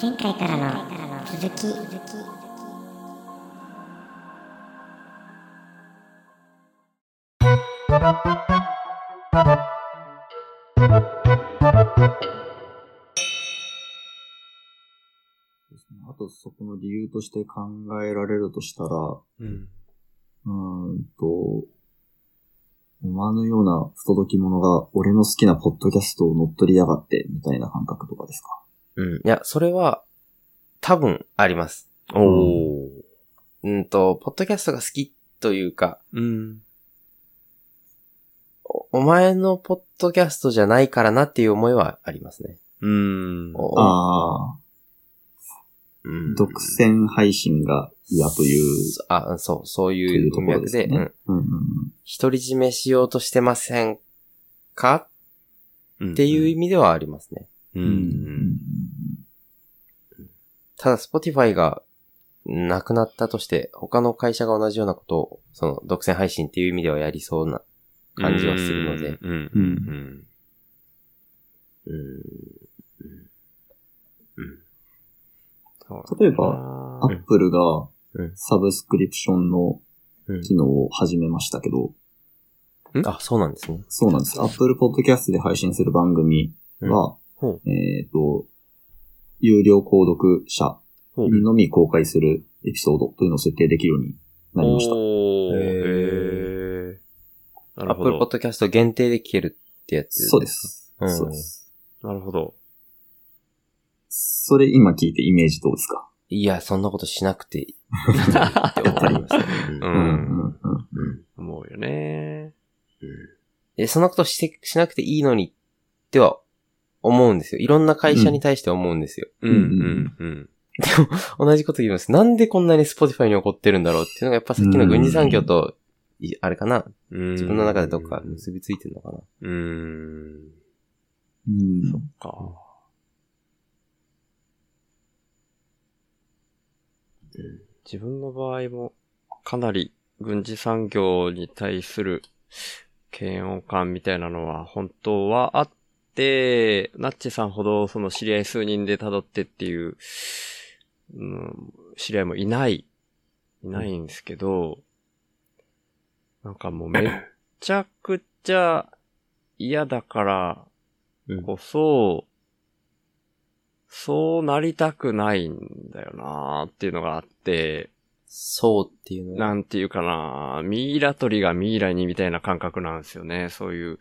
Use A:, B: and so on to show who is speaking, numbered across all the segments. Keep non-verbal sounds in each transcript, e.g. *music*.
A: 前回からの続き
B: そうですねあとそこの理由として考えられるとしたら、う
C: うん。
B: ーんと、お前のような不届き者が俺の好きなポッドキャストを乗っ取りやがって、みたいな感覚とかですか。
C: うん。いや、それは、多分あります。
B: お
C: お。うんと、ポッドキャストが好きというか、
D: うん。
C: おお前のポッドキャストじゃないからなっていう思いはありますね。
D: うん。
C: お
B: ああ、
C: うん
B: 独占配信が嫌という、
C: そあ、そう、そう
B: と
C: い
B: いううと
C: 文
B: ころで
C: 脈
B: す
C: で、
B: ね。
C: うん
B: うんうん
C: 独り占めしようとしてませんか
D: っ
C: っていう
D: う。
C: 意味ではありますね。
B: うん
C: ただ、Spotify がなくなったとして、他の会社が同じようなことを、その、独占配信っていう意味ではやりそうな感じはするので、
D: うん。
B: うん
D: うん。
C: うん。うん。
B: ん例えば、アップルが
C: うん
B: サブスクリプションの機能を始めましたけど、
C: あ、そうなんですね。
B: そうなんです。Apple Podcast で配信する番組は、
C: うんほ
B: えっ、と、有料購読者にのみ公開するエピソードというのを設定できるようになりました。
D: おー。
C: へ
D: へーなる
C: アッ
D: ほ
C: プルポッ
D: ど。
C: ドキャスト限定で聞けるってやつ
B: そうです。
C: うん
B: そうです。
D: なるほど。
B: それ今聞いてイメージどうですか
C: いや、そんなことしなくていい。って思いましたね。
D: う。
B: うんんうん
D: 思うよね。
C: え、そんなことして、しなくていいのに、っては、思うんですよ。いろんな会社に対して思うんですよ。
D: うんん。うん。
C: 同じこと言います。なんでこんなに Spotify に怒ってるんだろうっていうのが、やっぱさっきの軍事産業と、いあれかな
D: うん。
C: 自分の中でどっか結びついてるのかな
D: うん。
B: うん。うん
D: か。自分の場合も、かなり軍事産業に対する嫌悪感みたいなのは本当はあって、ナッチさんほどその知り合い数人で辿ってっていう、うん、知り合いもいない、いないんですけど、なんかもうめっちゃくちゃ嫌だから、こそ、そうなりたくないんだよなーっていうのがあって、
C: そうっていうのが。
D: なんていうかな、ミイラ取りがミイラにみたいな感覚なんですよね。そういう、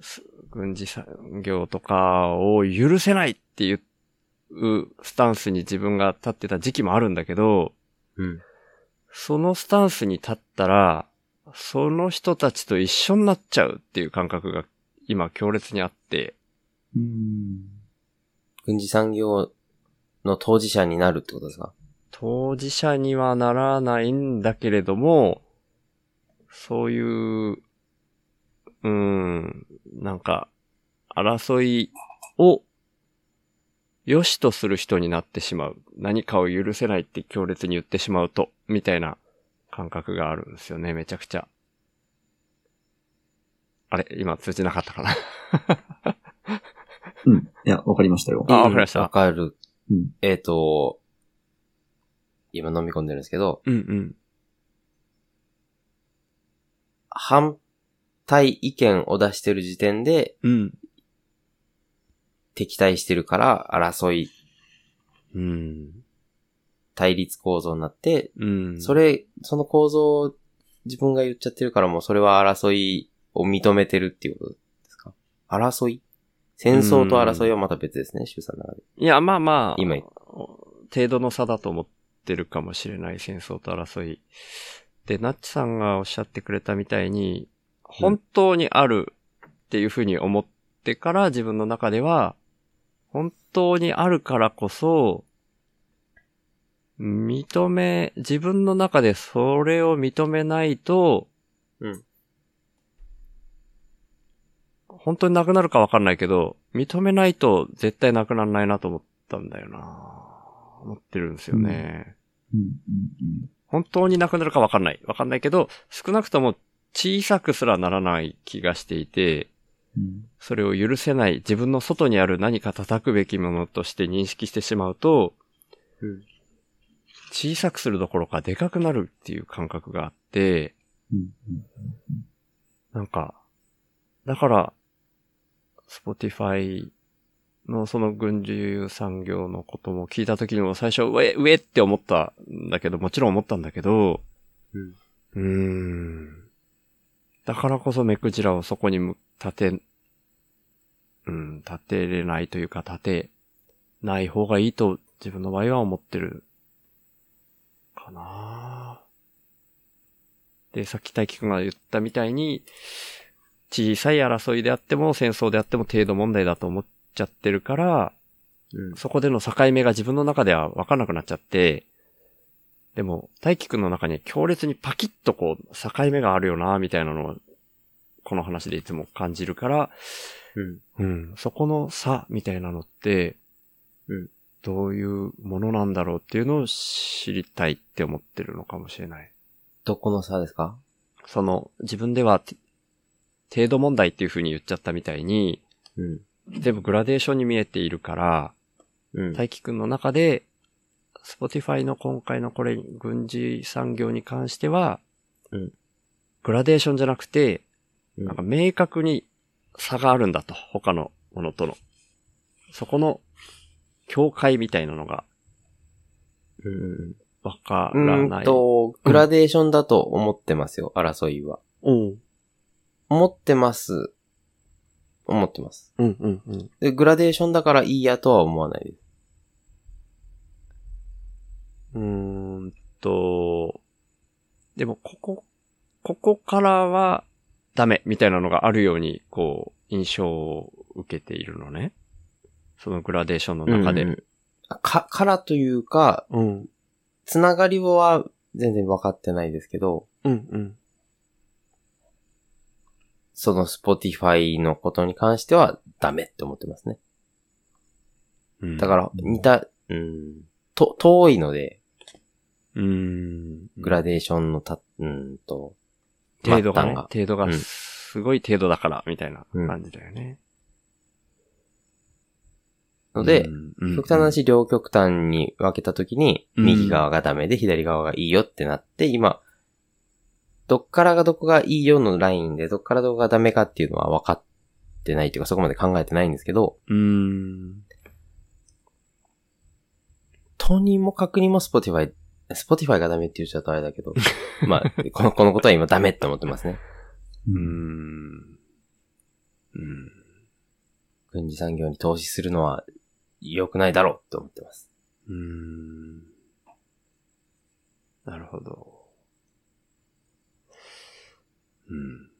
D: す軍事産業とかを許せないっていうスタンスに自分が立ってた時期もあるんだけど、
C: うん
D: そのスタンスに立ったら、その人たちと一緒になっちゃうっていう感覚が今強烈にあって、
B: うん。
C: 軍事産業の当事者になるってことですか
D: 当事者にはならないんだけれども、そういう、うーん、なんか、争いを良しとする人になってしまう。何かを許せないって強烈に言ってしまうと、みたいな感覚があるんですよね、めちゃくちゃ。あれ今通じなかったかな
B: うん。いや、わかりましたよ。
D: あわかりました
C: うんわかる。
B: うん
C: えっ、と、今飲み込んでるんですけど、
D: うんうん。
C: 反対意見を出してる時点で
D: うん。
C: 敵対してるから争い、
D: うん。
C: 対立構造になって、
D: うん。
C: それ、その構造を自分が言っちゃってるからもうそれは争いを認めてるっていうことですか争い戦争と争いはまた別ですね、衆参の中で。
D: いや、まあまあ、
C: 今言っ
D: 程度の差だと思ってるかもしれない戦争と争い。で、ナッチさんがおっしゃってくれたみたいに、本当にあるっていうふうに思ってから自分の中では、本当にあるからこそ、認め、自分の中でそれを認めないと、
C: うん
D: 本当になくなるかわかんないけど、認めないと絶対なくならないなと思ったんだよな思ってるんですよね。
B: うんうんうん
D: 本当になくなるかわかんない。わかんないけど、少なくとも小さくすらならない気がしていて、
B: うん。
D: それを許せない自分の外にある何か叩くべきものとして認識してしまうと、
C: うん
D: 小さくするどころかでかくなるっていう感覚があって、
B: うん。
D: なんか、だから、Spotify のその軍需産業のことも聞いた時にも最初、うえ、うえって思ったんだけど、もちろん思ったんだけど、
C: うん
D: うーん。だからこそ目くじらをそこにむ立て、うん、立てれないというか立てない方がいいと自分の場合は思ってる。かなぁで、さっき大輝くんが言ったみたいに、小さい争いであっても戦争であっても程度問題だと思っちゃってるから、
C: うん。
D: そこでの境目が自分の中では分かんなくなっちゃって、でも、大輝くんの中に強烈にパキッとこう、境目があるよな、みたいなのを、この話でいつも感じるから、
C: うん。
D: うん、そこの差みたいなのって、
C: うん
D: どういうものなんだろうっていうのを知りたいって思ってるのかもしれない。
C: どこの差ですか
D: その、自分ではて、程度問題っていう風に言っちゃったみたいに、
C: うん。
D: 全部グラデーションに見えているから、
C: うん。
D: 大輝くんの中で、Spotify の今回のこれ、軍事産業に関しては、
C: うん
D: グラデーションじゃなくて、
C: うん
D: なんか明確に差があるんだと、他のものとの。そこの境界みたいなのが
C: うん。
D: わか
C: う
D: ら
C: ん
D: ない。
C: と、グラデーションだと思ってますよ、争いは。
D: おう
C: 思ってます。思ってます。
D: うんうんうん。
C: で、グラデーションだからいいやとは思わないです。
D: うーんと、でも、ここ、ここからはダメみたいなのがあるように、こう、印象を受けているのね。そのグラデーションの中で。
C: うんうんあか、からというか、
D: うん、
C: つながりは全然分かってないですけど、
D: うん、うん。
C: その Spotify のことに関してはダメって思ってますね。
D: うん
C: だから、似た、うん、と、遠いので、
D: うーん。
C: グラデーションのた、うんと、
D: 程度がね、
C: 末端
D: 程度
C: う
D: が
C: ん
D: すごい程度だから、みたいな感じだよね。
C: ので、
D: うん、うん
C: 極端な、話、両極端に分けたときに、
D: うん
C: 右側がダメで左側がいいよってなって、今、どっからがどこがいいよのラインで、どっからどこがダメかっていうのは分かってないというか、そこまで考えてないんですけど、
D: うーん。
C: とにもかくにも Spotify、Spotify がダメって言っちゃうとあれだ
D: *laughs*
C: けど、まあ、この、このことは今ダメって思ってますね。
D: うーん。うん。
C: 軍事産業に投資するのは良くないだろうって思ってます。
D: うーん。なるほど。うん。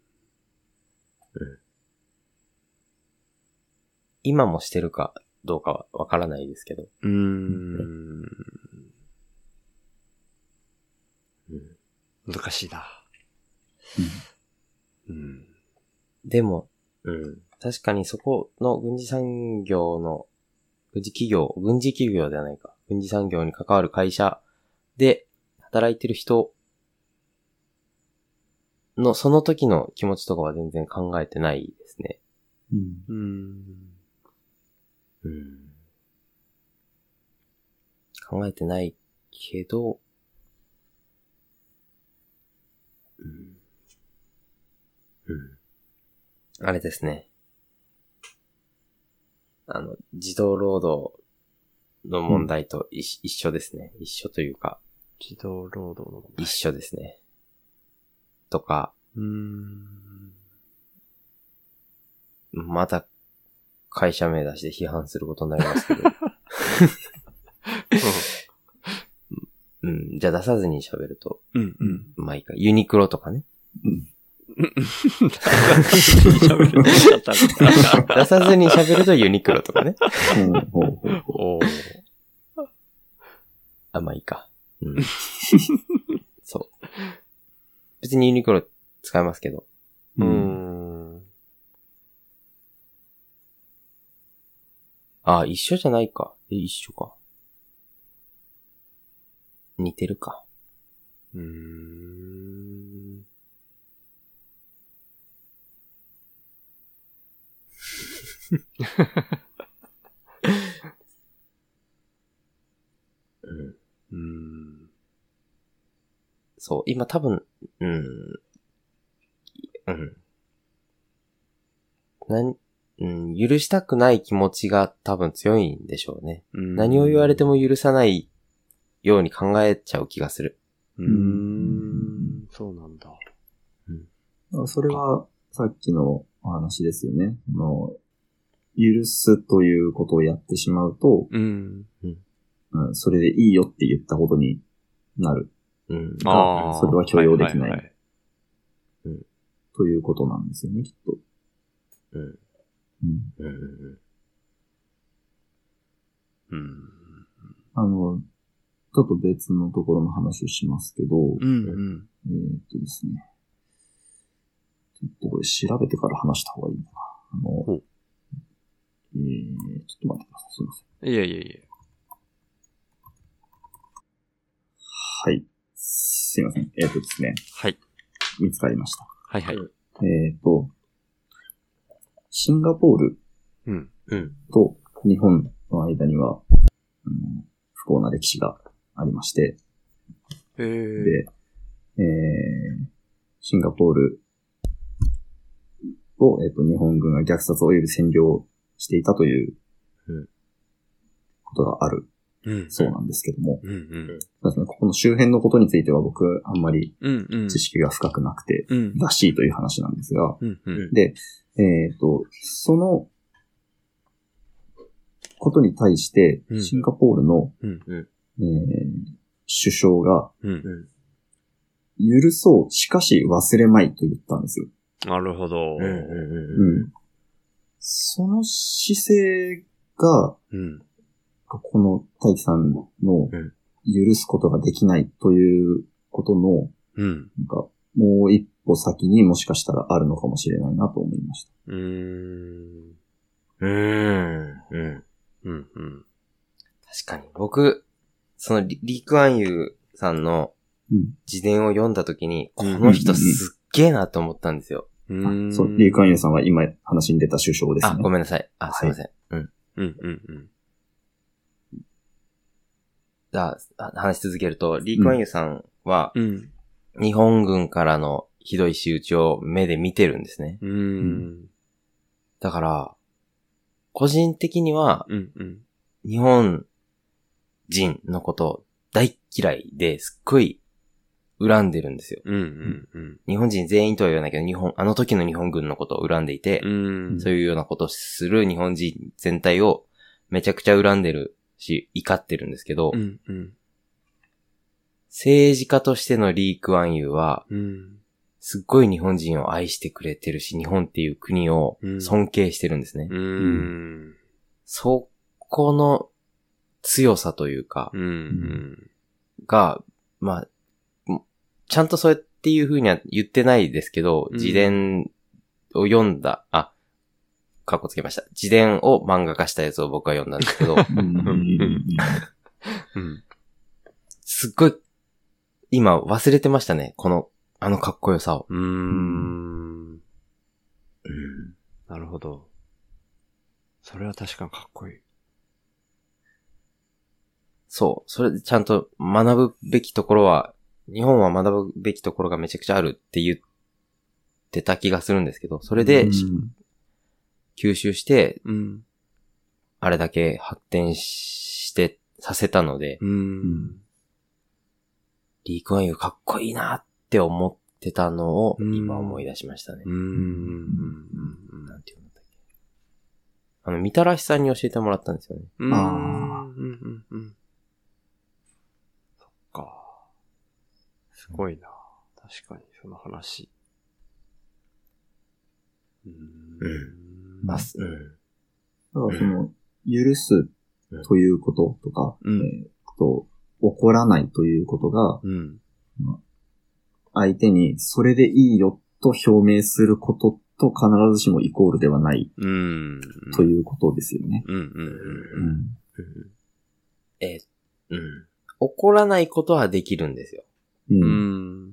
C: 今もしてるかどうかは分からないですけど、
D: うーん。難しいな。うん。
C: でも、うん。確かにそこの軍事産業の、軍事企業、軍事企業ではないか。軍事産業に関わる会社で働いてる人の、その時の気持ちとかは全然考えてないですね。
B: うん。
D: うん。
C: うん。考えてないけど、うん。うん。あれですね。あの、児童労働の問題といし、一緒ですね。一緒というか、
D: 自動労働の。
C: 一緒ですね。とか、
D: うーん。
C: また会社名出して批判することになります
D: *laughs*
C: けど。うん。じゃあ出さずに喋ると、
D: うん、うん。
C: まあいいか。ユニクロとかね。
D: 喋るしちゃったの
C: 出さずに喋るとユニクロとかね。
B: ほうほうほう
D: おー
C: あ、まあいいか。うん。
B: *laughs*
C: そう。別にユニクロ使えますけど。
D: う。
B: うん
C: あ、一緒じゃないか。え、一緒か。似てるか。
D: うーん。
C: うん。
D: うん。
C: そう、今多分、うん。うん。なん、うん、許したくない気持ちが多分強いんでしょうね。何を言われて
D: も。
C: も許さないように考えちゃう気がする。
D: うーん。そうなんだ。
B: だからそれは、さっきのお話ですよね。あの、許すということをやってしまうと、
D: うん。
B: うん、それでいいよって言ったことになる
C: うん。
B: あそれは許容できない
D: はは
B: ということなんですよね、きっと。
C: うん。
B: うん。
C: うんうん
D: うん。
B: あの、ちょっと別のところの話をしますけど、
D: うん。うん。
B: えーっとですね。ちょっとこれ調べてから話した方がいいのかな。あの、
D: ほ
B: えー、ちょっと待ってください。すいません。
D: いやいやいや。
B: はい。すいません。えーっとですね。
D: はい。
B: 見つかりました。
D: はいはい。
B: えーっと、シンガポール
D: うん。
C: うん。
B: と日本の間には、うん、不幸な歴史がありまして、
D: えー。
B: で、えー、シンガポールを、えっと日本軍が虐殺及び占領していたという
C: うん
B: ことがある
D: うん。
B: そうなんですけども、
D: うんうん。
B: そうですねここの周辺のことについては僕あんまり
D: うんうん。
B: 知識が深くなくて、
D: うん。
B: らしいという話なんですが、
D: うんうん。
B: で、えっ、と、そのことに対して
D: う、ん
B: シンガポールの、
D: うん
C: うん
B: えー首相が、
D: うん。
B: 許そう、しかし忘れまいと言ったんですよ。
D: なるほど。
C: うんうんうん。
B: うん。その姿勢が、
D: うん。
B: この大輝さんの
C: うん
B: 許すことができないということの、
D: うん。
B: なんか、もう一歩先にもしかしたらあるのかもしれないなと思いました。
D: うーん。
C: うん。うん。
D: うん。うん。
C: 確かに。僕、そのリ、リークアンユーさんの
B: うん。
C: 自伝を読んだ時に、
D: う
C: こ
D: ん
C: の人すっげえなと思ったんですよ。
D: う
B: あ
D: ーん。
B: そう、リー・クアンユーさんは今話に出た首相です
C: あ、ご
B: ね。
C: めんなさい。あ、
B: はい
C: すいません。うん。
D: うんうんうん。
C: あ、あ話し続けると、リークアンユーさんは、
D: うん。
C: 日本軍からのひどい仕打ちを目で見てるんですね。
D: うーん。
C: だから、個人的には、
D: うんうん。
C: 日本人のこと大嫌いですっごい恨んでるんですよ。
D: うんうんうん。
C: 日本人全員とは言わないけど、日本、あの時の日本軍のことを恨んでいて、
D: うん。
C: そういうようなことをする日本人全体をめちゃくちゃ恨んでるし、怒ってるんですけど、
D: うんうん。
C: 政治家としてのリー・クアンユーは、
D: うん。
C: すっごい日本人を愛してくれてるし、日本っていう国を尊敬してるんですね。
D: うん。
C: そこの強さというか
D: う、ん。
C: が、まあ、んちゃんとそうやっていう風には言ってないですけど、
D: うん
C: 自伝を読んだ、あ、かっこつけました。自伝を漫画化したやつを僕は読んだんですけ
D: *laughs*
C: ど、
B: うんうんうんうん
D: うん。
C: すっごい、今忘れてましたね。この、あのかっこよさを。
D: うーん。なるほど。それは確かにかっこいい。
C: そう。それでちゃんと学ぶべきところは、日本は学ぶべきところがめちゃくちゃあるって言ってた気がするんですけど、それで吸収して、
D: うん。
C: あれだけ発展して、させたので、
D: うん。
C: リークワンユーかっこいいなって思ってたのを
D: うん
C: 今思い出しましたね。
D: うん。
C: なんていうんだっけ。あの、みたらしさんに教えてもらったんですよね。
D: うーん
B: あ
D: うんうんうん。そっか。すごいな。確かに、その話。うーん
C: まあ、すうん。
B: だからその、許すということとか、
D: うん
B: えーっと、怒らないということが、
D: うん。
B: 相手にそれでいいよと表明することと必ずしもイコールではない
D: うん。
B: ということですよね。
D: うんうんうんうん。
C: えーうん。怒らないことはできるんですよ。
B: うん。
D: う
B: うん。
D: ん。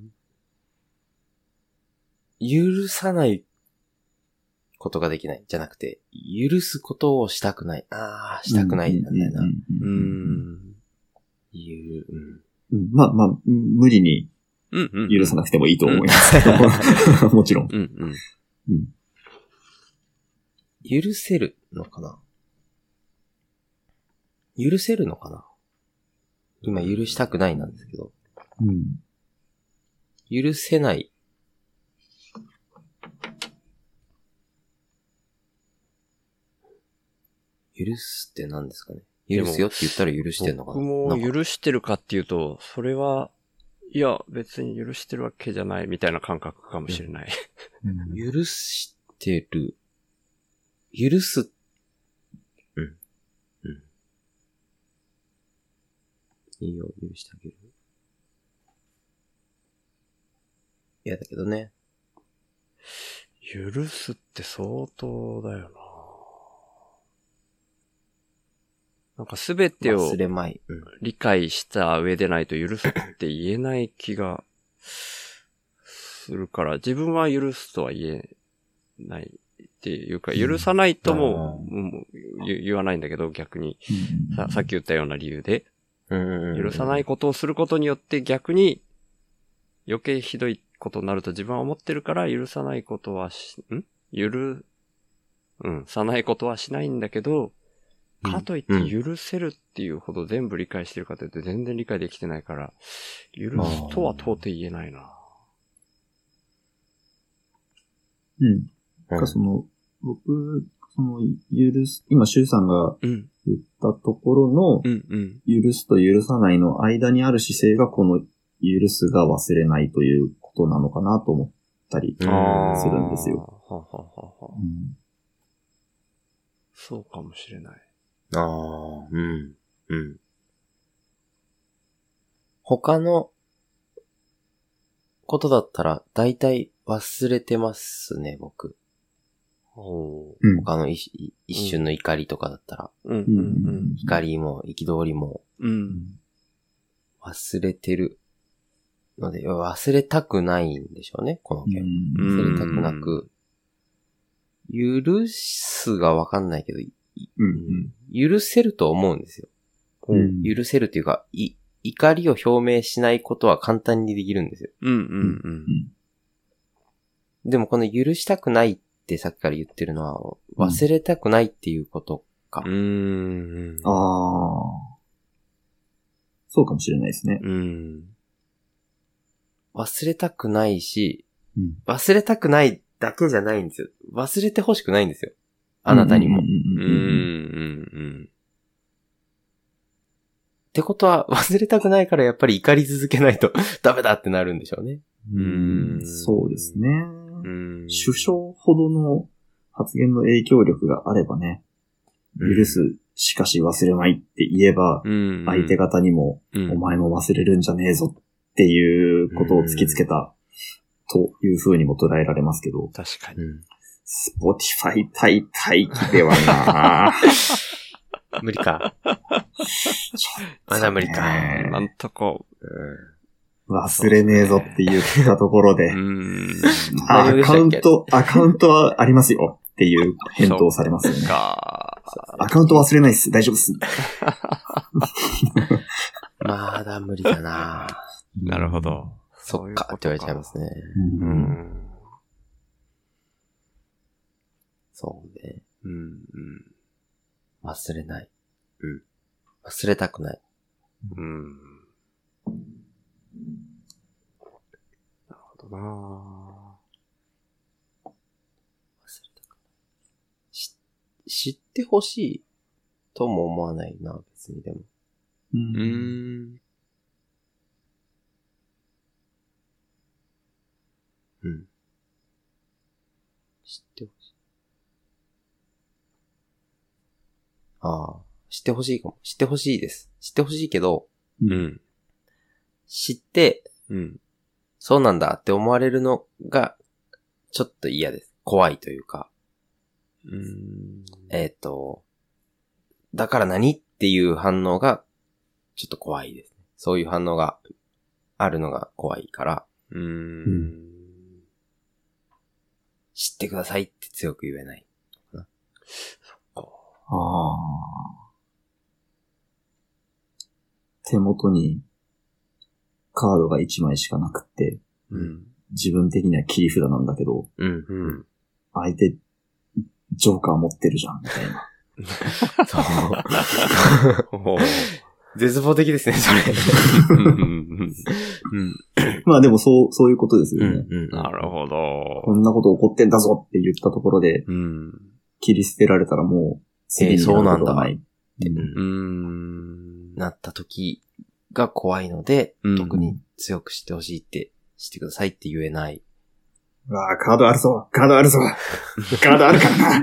C: 許さないことができない。じゃなくて、許すことをしたくない。ああ、したくないんだよな。
B: う。
D: うんん。
C: いう、
B: う
C: うん。
B: んまあまあ、うん無理に
D: うん、うん。
B: 許さなくてもいいと思いますけど。 *laughs* もちろん。
D: うん、うん。
B: うん。
C: 許せるのかな許せるのかな今、許したくないなんですけど。
B: うん。
C: 許せない。許すって何ですかね許すよって言ったら許してんのかな
D: 僕も
C: なんか
D: 許してるかっていうと、それは、いや、別に許してるわけじゃないみたいな感覚かもしれない。
B: うん
C: 許してる。許す。うん。うん。いいよ、許してあげる。嫌だけどね。
D: 許すって相当だよななんかすべてを
C: 忘れまい。うん。
D: 理解した上でないと許すって言えない気がするから、自分は許すとは言えないっていうか、
B: うん
D: 許さないとも、
C: う
D: もう言言わないんだけど、逆にさ、さっき言ったような理由で、
C: うんうん。
D: 許さないことをすることによって逆に余計ひどいことになると自分は思ってるから許さないことはし、ん許、うん、さないことはしないんだけど、
C: うん
D: かといって許せるっていうほど全部理解してるかというと全然理解できてないから、許すとは到底言えないな。
B: うん。
C: うん。
B: なんかその、僕、その、許す、今、シュウさんが
D: うん、
B: 言ったところ
D: うん、うん。
B: の、許すと許さないの間にある姿勢が、この、許すが忘れないということなのかなと思ったりす
C: う
B: る
C: ん
D: あー
B: んですよ。。
D: はははは
B: うん
D: そうかもしれない。
C: ああ、うん。うん。他のことだったら大体忘れてますね、僕。
D: おー
B: うん
C: 他の一一一瞬の怒りとかだったら。
D: うん、
B: うん
D: うん、
C: 怒りも憤りも
D: うん。うん。
C: 忘れてるので、忘れたくないんでしょうね、この件。
B: う
D: うん
B: ん
C: 忘れたくなく。許すがわかんないけど、い
B: うん
C: 許せると思うんですよ。
B: うん
C: 許せるというか、い、怒りを表明しないことは簡単にできるんですよ。
D: うん、うん、うん。
C: でもこの許したくないってさっきから言ってるのは、忘れたくないっていうことか。
D: うーん。
B: ああ。そうかもしれないですね。
D: うん。
C: 忘れたくないし、
B: うん
C: 忘れたくないだけじゃないんですよ。忘れてほしくないんですよ。あなたにも。
B: うん
C: っ
D: うん。うん。
C: てことは、 *laughs* 忘れたくないからやっぱり怒り続けないと *laughs* ダメだってなるんでしょうね。
B: うんうん
D: うん
B: そうですね。
D: うん。
B: 首相ほどの発言の影響力があればね、
C: うん
B: 許す、しかし忘れないって言えば、
D: うん。
B: 相手方にも、
D: うん、
B: お前も忘れるんじゃねえぞっていうことを突きつけた、という風にも捉えられますけど、
D: 確かに。
B: スポティファイ大大機ではな
C: 無
B: *laughs*
C: 理か。まだ無理か。
D: なんとか。
B: 忘れねえぞって言ったところで
D: う、ん。
B: あ
C: 何
B: ア
C: をでした
B: カ
C: っけ
B: ウント、アカウントはありますよっていう返答をされますよね。
D: か。
B: アカウント忘れないっす。大丈夫っす。
C: まだ無理だな
D: なるほど。
C: そっかって言われちゃいますね。
B: うん。
D: う
B: うん
D: ん。
C: そうね。
D: うん。
C: 忘れない。
D: うん
C: 忘れたくない。
D: うん。なるほどな
C: 忘れたくない。し、知ってほしいとも思わないな、別にでも。
D: ぁ。うん。うん。
C: 知ってほしい。ああ、知ってほしいかも。知ってほしいです。知ってほしいけど、
D: うん。
C: 知って、
D: うん。
C: そうなんだって思われるのが、ちょっと嫌です。怖いというか、
D: うん。
C: えっ、と、だから何っていう反応が、ちょっと怖いですね。そういう反応があるのが怖いから、
D: うん。
C: 知ってくださいって強く言えない。
B: ああ。手元にカードが1枚しかなくって、
D: うん。
B: 自分的には切り札なんだけど、
D: うん。うん。
B: 相手、ジョーカー持ってるじゃん、みたいな。 *laughs*
D: ほう。
C: 絶望的ですね、そ
D: う
C: れ。
D: ん
C: うん。
B: まあでもそう、そういうことです
C: う
B: よね。
C: ん。うん。
D: なるほ
B: こ
D: ど。
B: んなこと起こってんだぞって言ったところで、
D: うん。
B: 切り捨てられたらもう、
C: えーそうなん
B: 責任
C: だ
B: がない。
C: うん
D: うん。
C: なった時が怖いので、
D: うん
C: 特に強くしてほしいって、してくださいって言えない。
B: うわあ、カードあるぞカードある *laughs* ぞカードあるから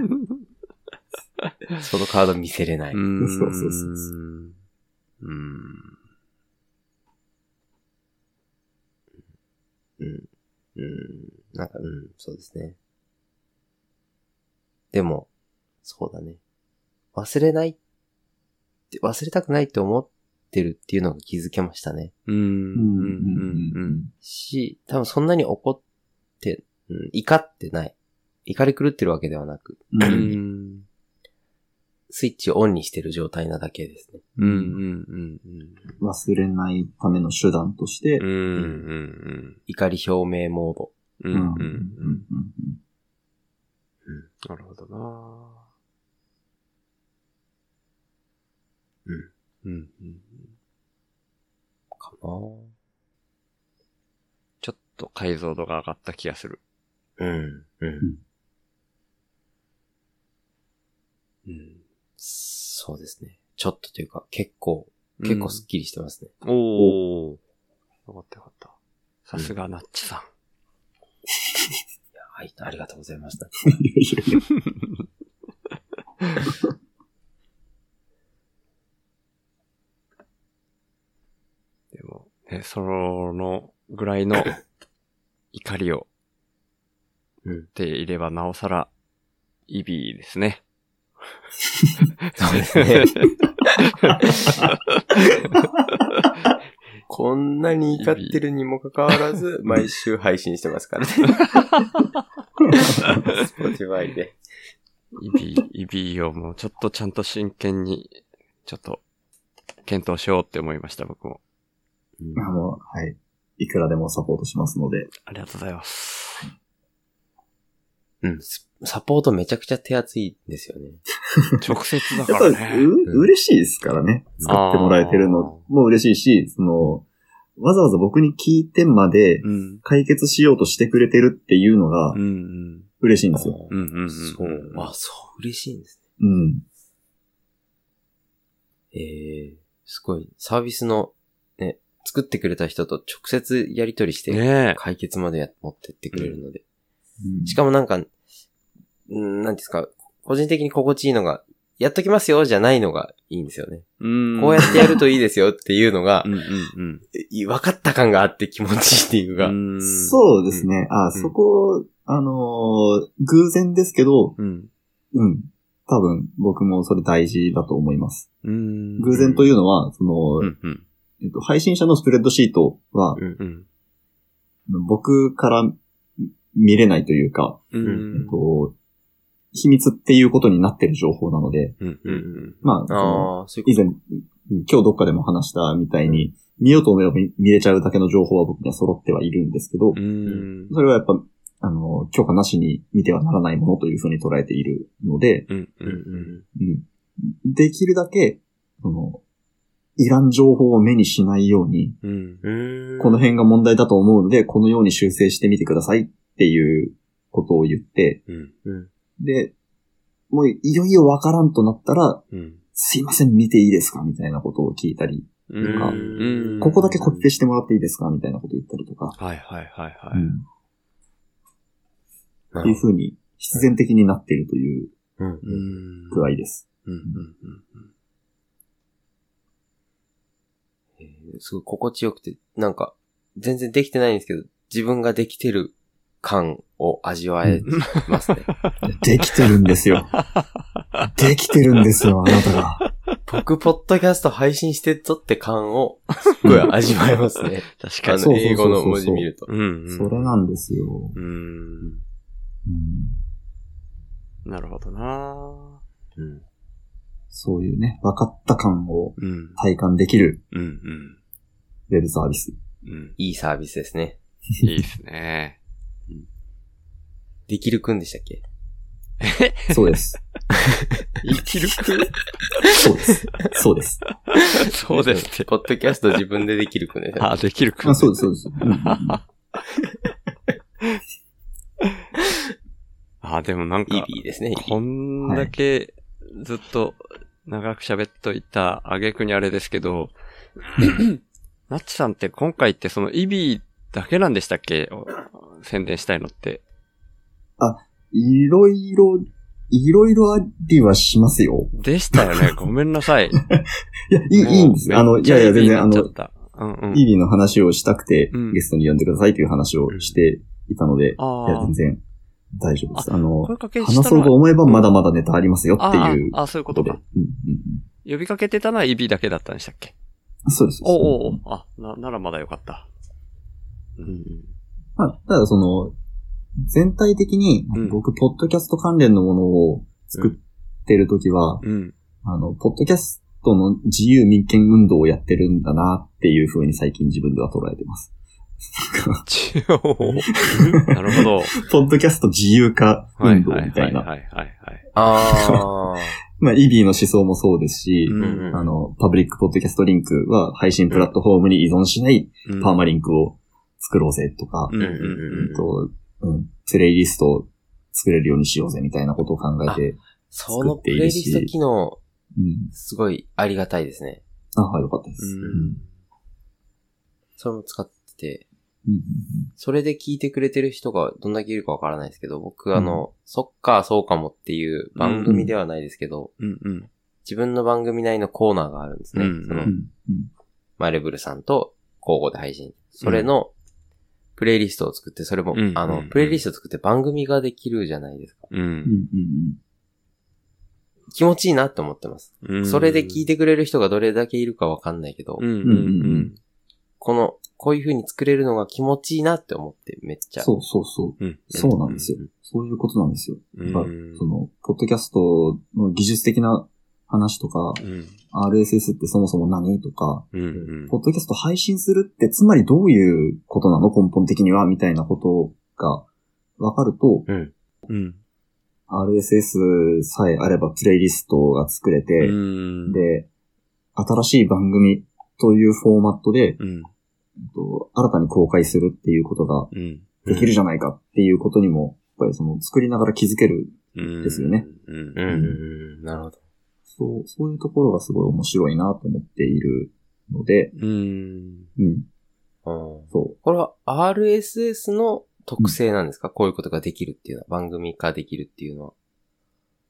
B: な
C: そのカード見せれない。
D: うん。
B: そうそうそうそ
D: うん。
C: うん。うん。なんか、うん、そうですね。でも、そうだね。忘れないって、忘れたくないって思ってるっていうのが気づけましたね。
D: うん。うん
B: うんうん
D: う。
B: うんん
C: し、多分そんなに怒って、うん、怒ってない。怒り狂ってるわけではなく、
B: うん
D: う
B: うん
D: ん。
C: スイッチをオンにしてる状態なだけですね。
D: うん。うん。うん。
B: 忘れないための手段として、
D: うん。うん。
C: 怒り表明モード。
D: う。
B: うんんうん
D: う。
B: うんんうん
D: なるほどなうん。うん。うん
C: かな
D: ちょっと解像度が上がった気がする。
C: うん。うん。
D: うん。
C: そうですね。ちょっとというか、結構、結構スッキリしてますね。
D: おお。よかったよかった。さすがナッチさ
C: はい、ありがとうございました。
B: いやいやいや
D: ん。でも、ね、そのぐらい
C: *laughs*
D: の怒りを持っていればなおさら、イビーですね。
C: そうです
D: *laughs*
C: ね。こんなに怒ってるにもかかわらず、毎週配信してますから *laughs* ね。Spotify で。
D: イビー、イビーをもうちょっとちゃんと真剣に、ちょっと、検討しようって思いました、僕も。
B: あの、はい。いくらでもサポートしますので。
D: ありがとうございます。
C: うん。スサポートめちゃくちゃ手厚いんですよね。
D: 直接だ
B: や
D: か
B: っぱ
D: ら
B: り、
D: ね。
B: う嬉しいですからね。使ってもらえてるのも嬉しいし、その、わざわざ僕に聞いてまで
D: うん。
B: 解決しようとしてくれてるっていうのが
D: うんうん。
B: 嬉しいんですよ。
D: うんうんうん。
C: そう。あ、そう、嬉しいんです
B: うん。
C: ね。ええすごい。サービスの、ね、作ってくれた人と直接やりとりして、
D: ねえ。
C: 解決までや持ってってくれるので。し
B: も、
C: かもなんか、うん、なんていうんですか、個人的に心地いいのが、やっときますよじゃないのがいいんですよね。
D: うん
C: こうやってやるといいですよっていうのが
D: う、んうん
C: い分かった感があって気持ちいいっていうか。
D: うん。
B: そうですね。あ、そこ、あのー偶然ですけど、
D: うん。
B: うん。多分、僕もそれ大事だと思います。
D: うん。
B: 偶然と
D: う。
B: いうのは、その、
D: うんうん。
B: えっと、配信者のスプレッドシートは、
D: うん。
B: 僕から見れないというか、
D: うん。
B: えっと、秘密っていうことになってる情報なので、
D: うんうん。
B: まあその、
C: ああ、そうい
B: 以
C: うこ
B: 前、今日どっかでも話したみたいに、見ようと思えば見見れちゃうだけの情報は僕には揃ってはいるんですけど
D: う、ん。
B: それはやっぱ、あの、許可なしに見てはならないものというふうに捉えているので、
D: うんうん。
B: うん。できるだけ、その、いらん情報を目にしないように、
D: うん。
C: と。うん
B: この辺が問題だと思うので、このように修正してみてくださいっていうことを言って、
D: うん。
B: で、もういよいよわからんとなったら、
D: うん。
B: すいません、見ていいですかみたいなことを聞いたり、
D: うん。
B: ここだけコピペしてもらっていいですかみたいなことを言ったりとか、
D: はいはいはいは
B: う
D: い。
B: ん
C: な
B: ってい
C: る
B: うふうに必然的になっているという
C: ほどうん
D: ん
B: 具合です。
D: うんうん
C: えーすごい心地よくて、なんか、全然できてないんですけど、自分ができてる感を味わえますね。
B: できてるんですよ。できてるんですよ、あなたが。
C: 僕、ポッドキャスト配信してっぞって感を、すっごい味わえま
D: *laughs*
C: すね。
D: 確
C: あ
D: かに。
B: そうそうそうそ
C: の、
B: う
C: 英語の文字見ると。
D: うん
B: それなんですよ。
D: うん。
B: ううん
D: なるほどなうん。
B: そういうね、分かった感を
D: うん。
B: 体感できる
D: うん、うん。
B: ウェブサービス。
D: うん。
C: いいサービスですね。
D: いいですね。
C: できるくんでしたっけ
B: そうです。
D: 生きるく
B: そうです。そうです。
D: *laughs* そうですね。
C: ポッドキャスト自分でできるくんでした
D: *laughs*
C: っ
D: あ、できるく
B: あそうです、そうです。うんうん
D: あ、でもなん
C: けイ
D: か、
C: ビーですね、イビー
D: こんだけずっと長く喋っといた挙句にあれですけど、 *coughs* ナッチさんって今回ってそのイビーだけなんでしたっけお宣伝したいのって。
B: いろいろ、いろいろありはしますよ。
D: でしたよね。ごめんなさい。
B: いや、いい、いいんです。あの、いやいや、全然、あの、
D: あの、うんうん。
B: イビーの話をしたくて、
D: うん
B: ゲストに呼んでくださいという話をしていたので、
D: あ
B: いや、
D: あ
B: 全、然大丈夫です。あの、
D: 声かけしたの
B: 話
D: は
B: そうと思えばまだまだネタありますよっていう
D: あああ、そういうこ
B: ことで。
D: と
B: う
D: か
B: ん。うんうん
D: 呼びかけてたのはイビーだけだったんでしたっけ
B: そうです。
D: お
B: そうです
D: おうおうあ、な、ならまだよかった。うん。
B: まあ、ただその、全体的に
D: うん
B: 僕、ポッドキャスト関連のものを作ってるときは、
D: うん。
B: あの、ポッドキャストの自由民権運動をやってるんだなっていう風に最近自分では捉えてます。
D: 一応。 *laughs* なるほど。
B: ポッドキャスト自由化
D: は
B: *laughs*
D: い
B: 運動
D: はい
B: みた
D: はいい
B: な。
D: はいはいはい。
C: あ
D: *laughs*
C: ー。
B: まあ、イビーの思想もそうですし、
D: うん
C: うん
B: あの、パブリックポッドキャストリンクは配信プラットフォームに依存しないパーマリンクを作ろうぜとか、
D: うんうんうん
B: うんと、うん、プレイリストを作れるようにしようぜみたいなことを考えて、
C: そのプレイリスト機能、
B: うん。
C: すごいありがたいですね。
B: あ、はい、よかったです。
D: うん
C: それも使ってて。
B: うんうん
C: それで聞いてくれてる人がどんだけいるかわからないですけど、僕あの、そっか、そうかもっていう番組ではないですけど、
D: うんうん。
C: 自分の番組内のコーナーがあるんですね。
D: うん
C: そ
B: うん
C: の
B: う、んうん
C: マイレブルさんと交互で配信。それの、プレイリストを作って、それも、
D: うん
C: あ
D: う
C: の、
D: ん
C: プレイリストを作って番組ができるじゃないですか。
D: う
B: うん
D: ん。
B: うん
C: 気持ちいいなって思ってます。
D: うん
C: それで聞いてくれる人がどれだけいるかわかんないけど、
D: うんうんうん。
C: この、こういう風に作れるのが気持ちいいなって思って、めっちゃ。
B: そうそうそう。
D: うん。
B: そうなんですよ。そういうことなんですよ。
D: う
B: だ
D: ん。
B: からその、ポッドキャストの技術的な話とか、
D: うん。
B: RSS ってそもそも何とか、
D: うんうん。
B: ポッドキャスト配信するって、つまりどういうことなの根本的にはみたいなことが分かると、
D: うん。
B: RSS さえあればプレイリストが作れて、
D: うん。
B: で、新しい番組というフォーマットで、
D: うん。
B: えっと新たに公開するっていうことが
D: うん。
B: できるじゃないかっていうことにも、やっぱりその作りながら気づける、
D: うん。
B: ですよね。
D: うん。
C: うんうんうん。なるほど。
B: そう、そういうところがすごい面白いなと思っているので、
D: うん。
B: うん、
C: うん
B: そ
C: これは RSS の特性なんですか、こういうことができるっていうのは、番組化できるっていうのは。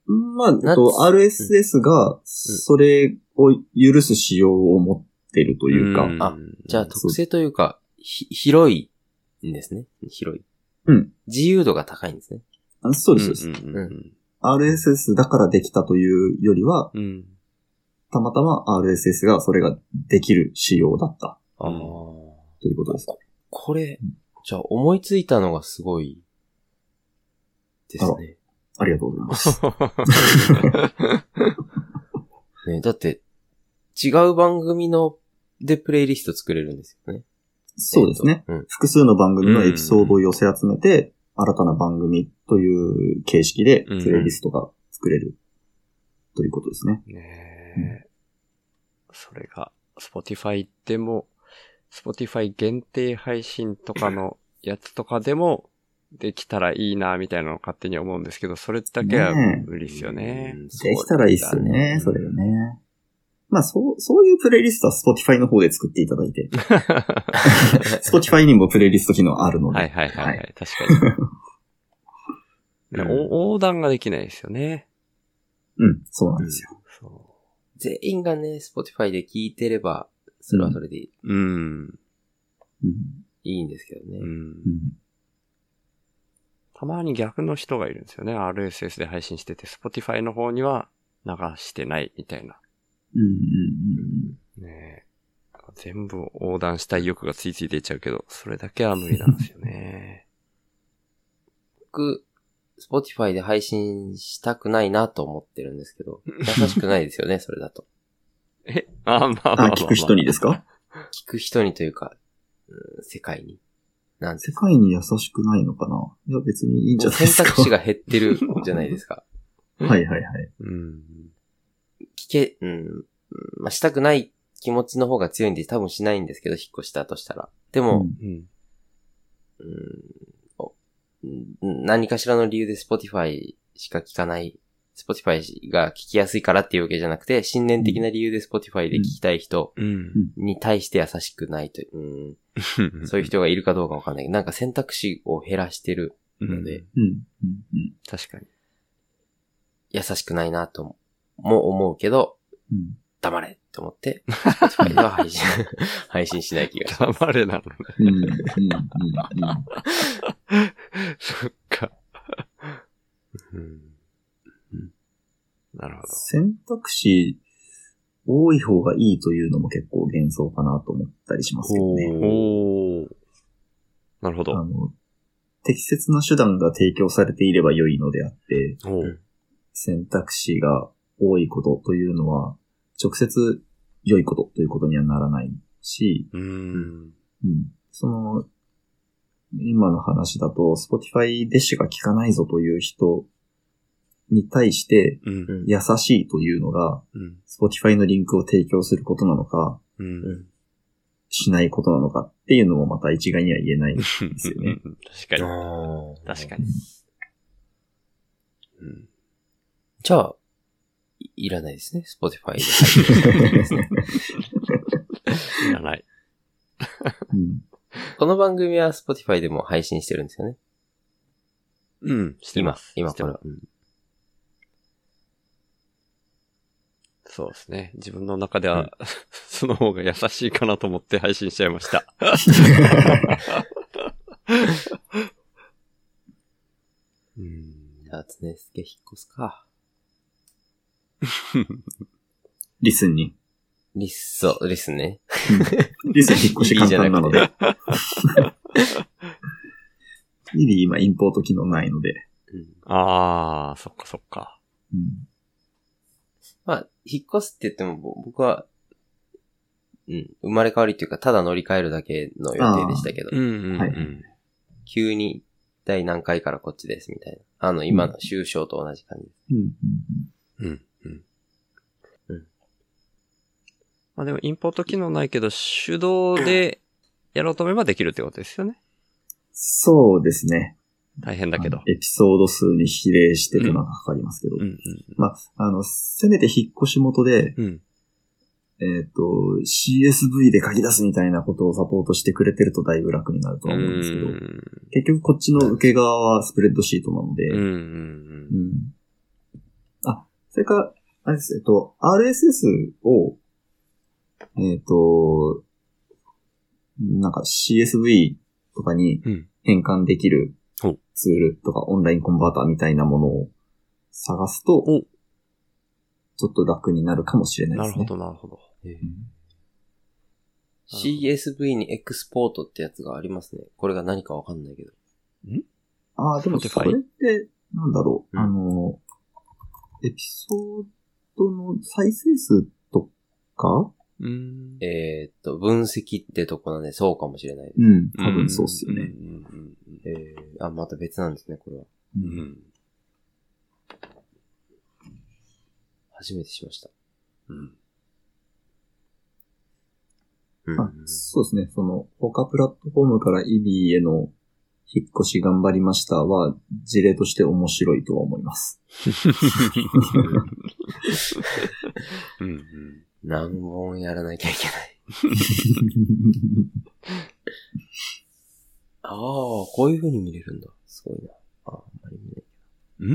B: う。まあ、えっ
C: な
B: と、RSS が、それを許す仕様を持ってるというか、
D: ん
C: あ、じゃあ特性というか、ひ広いんですね。広い。
B: うん。
C: 自由度が高いんですね。
B: あそうです、そうです。
D: うんうん。
B: RSS だからできたというよりは、
D: うん。
B: たまたま RSS がそれができる仕様だった
D: うん
C: あー
B: ということです。
C: これ、じゃあ思いついたのがすごいですね。
B: ありがとうございます。
C: ねだって、違う番組のでプレイリスト作れるんですよね。
B: そうですね。
C: えーと。うん。
B: 複数の番組のエピソードを寄せ集めて、新たな番組という形式で、プ
D: うん
B: レイリストが作れるということですね。
D: ねえ。それが、Spotify でも、Spotify 限定配信とかのやつとかでも、できたらいいな、みたいなのを勝手に思うんですけど、それだけは
B: ねえ
D: 無理ですよね。
C: うん。
B: できたらいいっすよね、それがね。まあ、そう、そういうプレイリストは Spotify の方で作っていただい
D: *laughs*
B: て、Spotify にもプレイリスト機能あるので、
D: はいはいはい、は、
B: はい
D: 確かに。ね
C: うん
D: お横断ができないですよね。
B: うん、そうなんですよ。
D: そ
C: 全員がね、Spotify で聞いてれば、それはそれでいい,、
D: う。うん。
B: うん、
C: んですけどね。
D: うん
B: うん。
D: たまに逆の人がいるんですよね。RSS で配信してて、Spotify の方には流してないみたいな。
B: うん、うん、
D: ねえ。全部を横断したい欲がついつい出ちゃうけど、それだけは無理なんですよね。
C: 僕、 Spotify で配信したくないなと思ってるんですけど、優しくないですよね、そ *laughs* れだと。
D: え、 *laughs* あ、まあまあまあまあ
B: あ、聞く人にですか
C: 聞く人にというか、うん世界に。なんです
B: 世界に優しくないのかないや、別にいいんじゃないで
D: *laughs*
C: 選
B: すか。
C: 択肢が減ってるじゃないですか。
B: はいはいはい。
D: うん。
C: 聞け、うん、うんまあ、したくない気持ちの方が強いんで多分しないんですけど、引っ越したとしたら。でも、
B: うん
D: うん。
C: うんおうん何かしらの理由で Spotify しか聞かない、Spotify が聞きやすいからっていうわけじゃなくて、信念的な理由で Spotify で聞きたい人
D: うん。
C: に対して優しくないという、うんそういう人がいるかどうかわかんないけど、なんか選択肢を減らしてるので、
B: うん。うん。うん。
D: 確かに。
C: 優しくないなともも思うけど、
B: うん。
C: 黙れと思って、Spotify では配信、 *laughs* 配信しない気がします。
D: 黙れなのね。 *laughs*
B: うん。うん。うん。うん
D: そっか。うん。なるほど。
B: 選択肢多い方がいいというのも結構幻想かなと思ったりしますけどね。
D: おー。なるほ
B: あ
D: ど。
B: の適切な手段が提供されていれば良いのであって、
D: おー
B: 選択肢が多いことというのは、直接良いことということにはならないし、
D: うん。
B: うん、その、今の話だと、Spotify でしか聞かないぞという人に対して、
D: うん。うん。
B: 優しいというのが、
D: うん。
B: Spotify のリンクを提供することなのか、
D: うん。
B: しないことなのかっていうのもまた一概には言 *laughs* えないんで
D: うん
B: すよね。
D: 確かに。確かに。うん。
C: じゃあ、いいらないですね、Spotify で
D: *laughs*
C: 配信。
D: いらない。
B: うん
C: この番組は Spotify でも配信してるんですよね。
D: うん。してま
C: 今
D: す、。
C: 今
D: して
C: こ
D: ま
C: れ
D: す。。そうですね。自分の中では、 *laughs* その方が優しいかなと思って配信しちゃいました。うん。
C: じゃあ、常助引っ越すか。
B: リスンに。
C: リス、そう、リスね。
B: リスン引っ越し簡単なの
C: い
B: で。 *laughs* リリー今インポート機能ないので。
D: あー、そっかそっか。
B: うん
C: まあ、引っ越すって言っても、ぼ僕は、うん、生まれ変わりというか、ただ乗り換えるだけの予定でしたけど、
D: うんうんうん。
B: はい
C: 急に第何回からこっちですみたいな。あの、今の終章と同じ感じです。
B: うん
D: うん。うん。まあでも、インポート機能ないけど、手動でやろうと思えばできるってことですよね。
B: そうですね。
D: 大変だけど
B: あの。エピソード数に比例して手間がかかりますけど。
D: うん
B: まあ、あの、せめて引っ越し元で、
D: うん。うん。
B: えっ、と、CSV で書き出すみたいなことをサポートしてくれてるとだいぶ楽になるとは思うんですけど、結局こっちの受け側はスプレッドシートなので、
D: うんうんう。
B: うんん。あ、それから、あれです、えっと、RSS を、えっ、と、なんか CSV とかに
D: うん
B: 変換できる
D: ほう
B: ツールとかオンラインコンバーターみたいなものを探すと、
D: お
B: ちょっと楽になるかもしれない
D: な
B: で
D: る
B: すね
D: ほ。ど、なるほど。なるほ
C: CSV にエクスポートってやつがありますね。これが何かわかんないけど。
B: ああー、でも
D: Spotify
B: それって、なんだろう、
D: うん
B: あの、エピソードの再生数とか
D: うん。
C: *laughs* えーっと、分析ってとこなんで、そうかもしれないで
B: うん、多分そうっすよね。
D: うん
C: す。えー、あ、また別なんですね、これは。
D: う
B: うんん
D: うん
C: 初めてしました。
D: うん。
C: うん
B: あそうですね。その、他プラットフォームからイビーへの引っ越し頑張りましたは、事例として面白いとは思います。
D: うんうん。
C: 何本やらなきゃいけない。ああ、こういう風に見れるんだ。すごいな。ああんまり見ない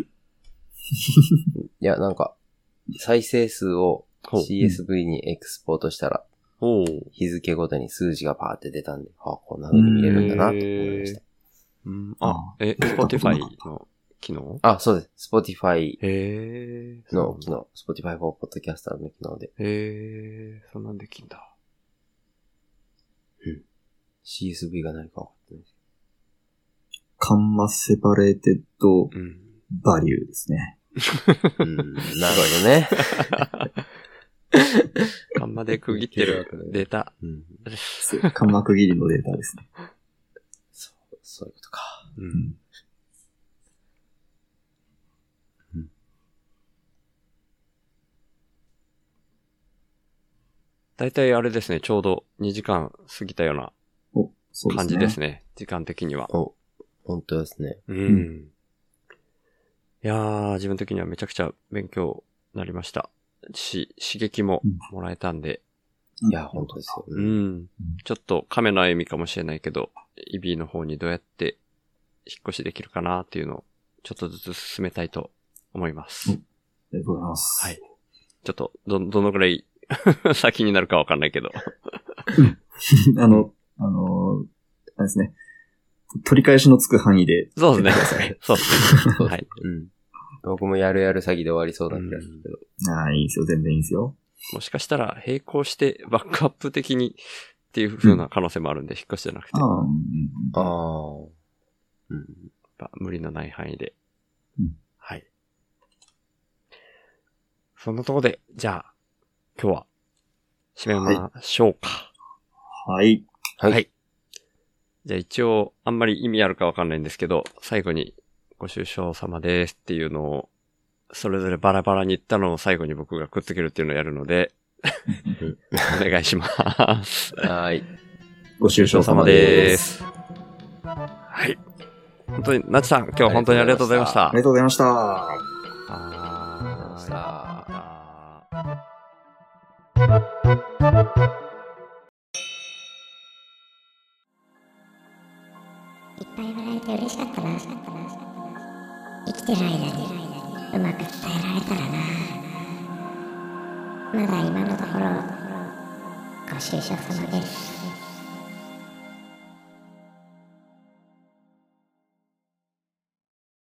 C: けど。ん *laughs* いや、なんか、再生数を
D: ほう
C: CSV にエクスポートしたら、
D: おう。
C: 日付ごとに数字がパーって出たんで、ああ、こんな風に見れるんだな、と思いました。
D: うん、あ
B: あ、
D: え、Spotify の機能
C: あ、そうです。Spotify
D: へえ。
C: の機能、Spotify for Podcaster の機能で
D: へえ、そんなんできんだ。
C: CSV が何か分かってない。
B: カンマセパレーテッド
D: うん。
B: バリューですね。
C: うん、なるほどね。 *laughs*
D: カンマで区切ってるデータ。
C: うん、
B: 間膜切りのデータですね。
C: そう、そういうことか。
D: うん。大体あれですね、ちょうど2時間過ぎたよう
B: お、そう
D: な
B: ですね。
D: 感じですね、時間的には。
C: お、本当ですね。
D: うん。
B: ん
D: いやー、自分的にはめちゃくちゃ勉強になりました。し、刺激ももらえたんで、
B: うん
C: いや、本当ですよ。
D: うん。
C: うん
D: ちょっと亀の歩みかもしれないけど、イビーの方にどうやって引っ越しできるかなっていうのを、ちょっとずつ進めたいと思います。
B: うんありがとうございます。
D: はいちょっと、ど、どのぐらい *laughs* 先になるかわかんないけど。
B: *laughs* あの、あの、あれですね。取り返しのつく範囲で。
D: そうで
B: やって
D: す
B: くださ
D: ね
B: い。
D: そうですね。
C: そうですね
D: はい。
C: うん。僕もやるやる詐欺で終わりそうな気がするけど。
B: ああ、いいですよ。全然いいですよ。
D: もしかしたら並行してバックアップ的にっていう風な可能性もあるんで、引っ越しじゃなくて、
B: あ
D: やっ
B: あ、うんうん。
C: ああ。うん。
D: ぱ無理のない範囲で。
B: うん
D: はい。そんなとこで、じゃあ、今日は、締めましょうか。
B: はい。
C: はい。
D: はいじゃあ一応、あんまり意味あるかわかんないんですけど、最後に、ご愁傷様ですっていうのを、それぞれバラバラに言ったのを最後に僕がくっつけるっていうのをやるので、 *laughs* お願いします。
C: はい。
B: ご愁傷様で。
D: ですす。はい。本当に、なちさん、今日は本当にありがとうございました。
B: ありがとうございました。
D: あ
C: りがとうございました
D: ー
A: いっぱい笑えて嬉しかったな。生きてる間にうまく伝えられたらな。まだ今のところ、ご愁傷様です。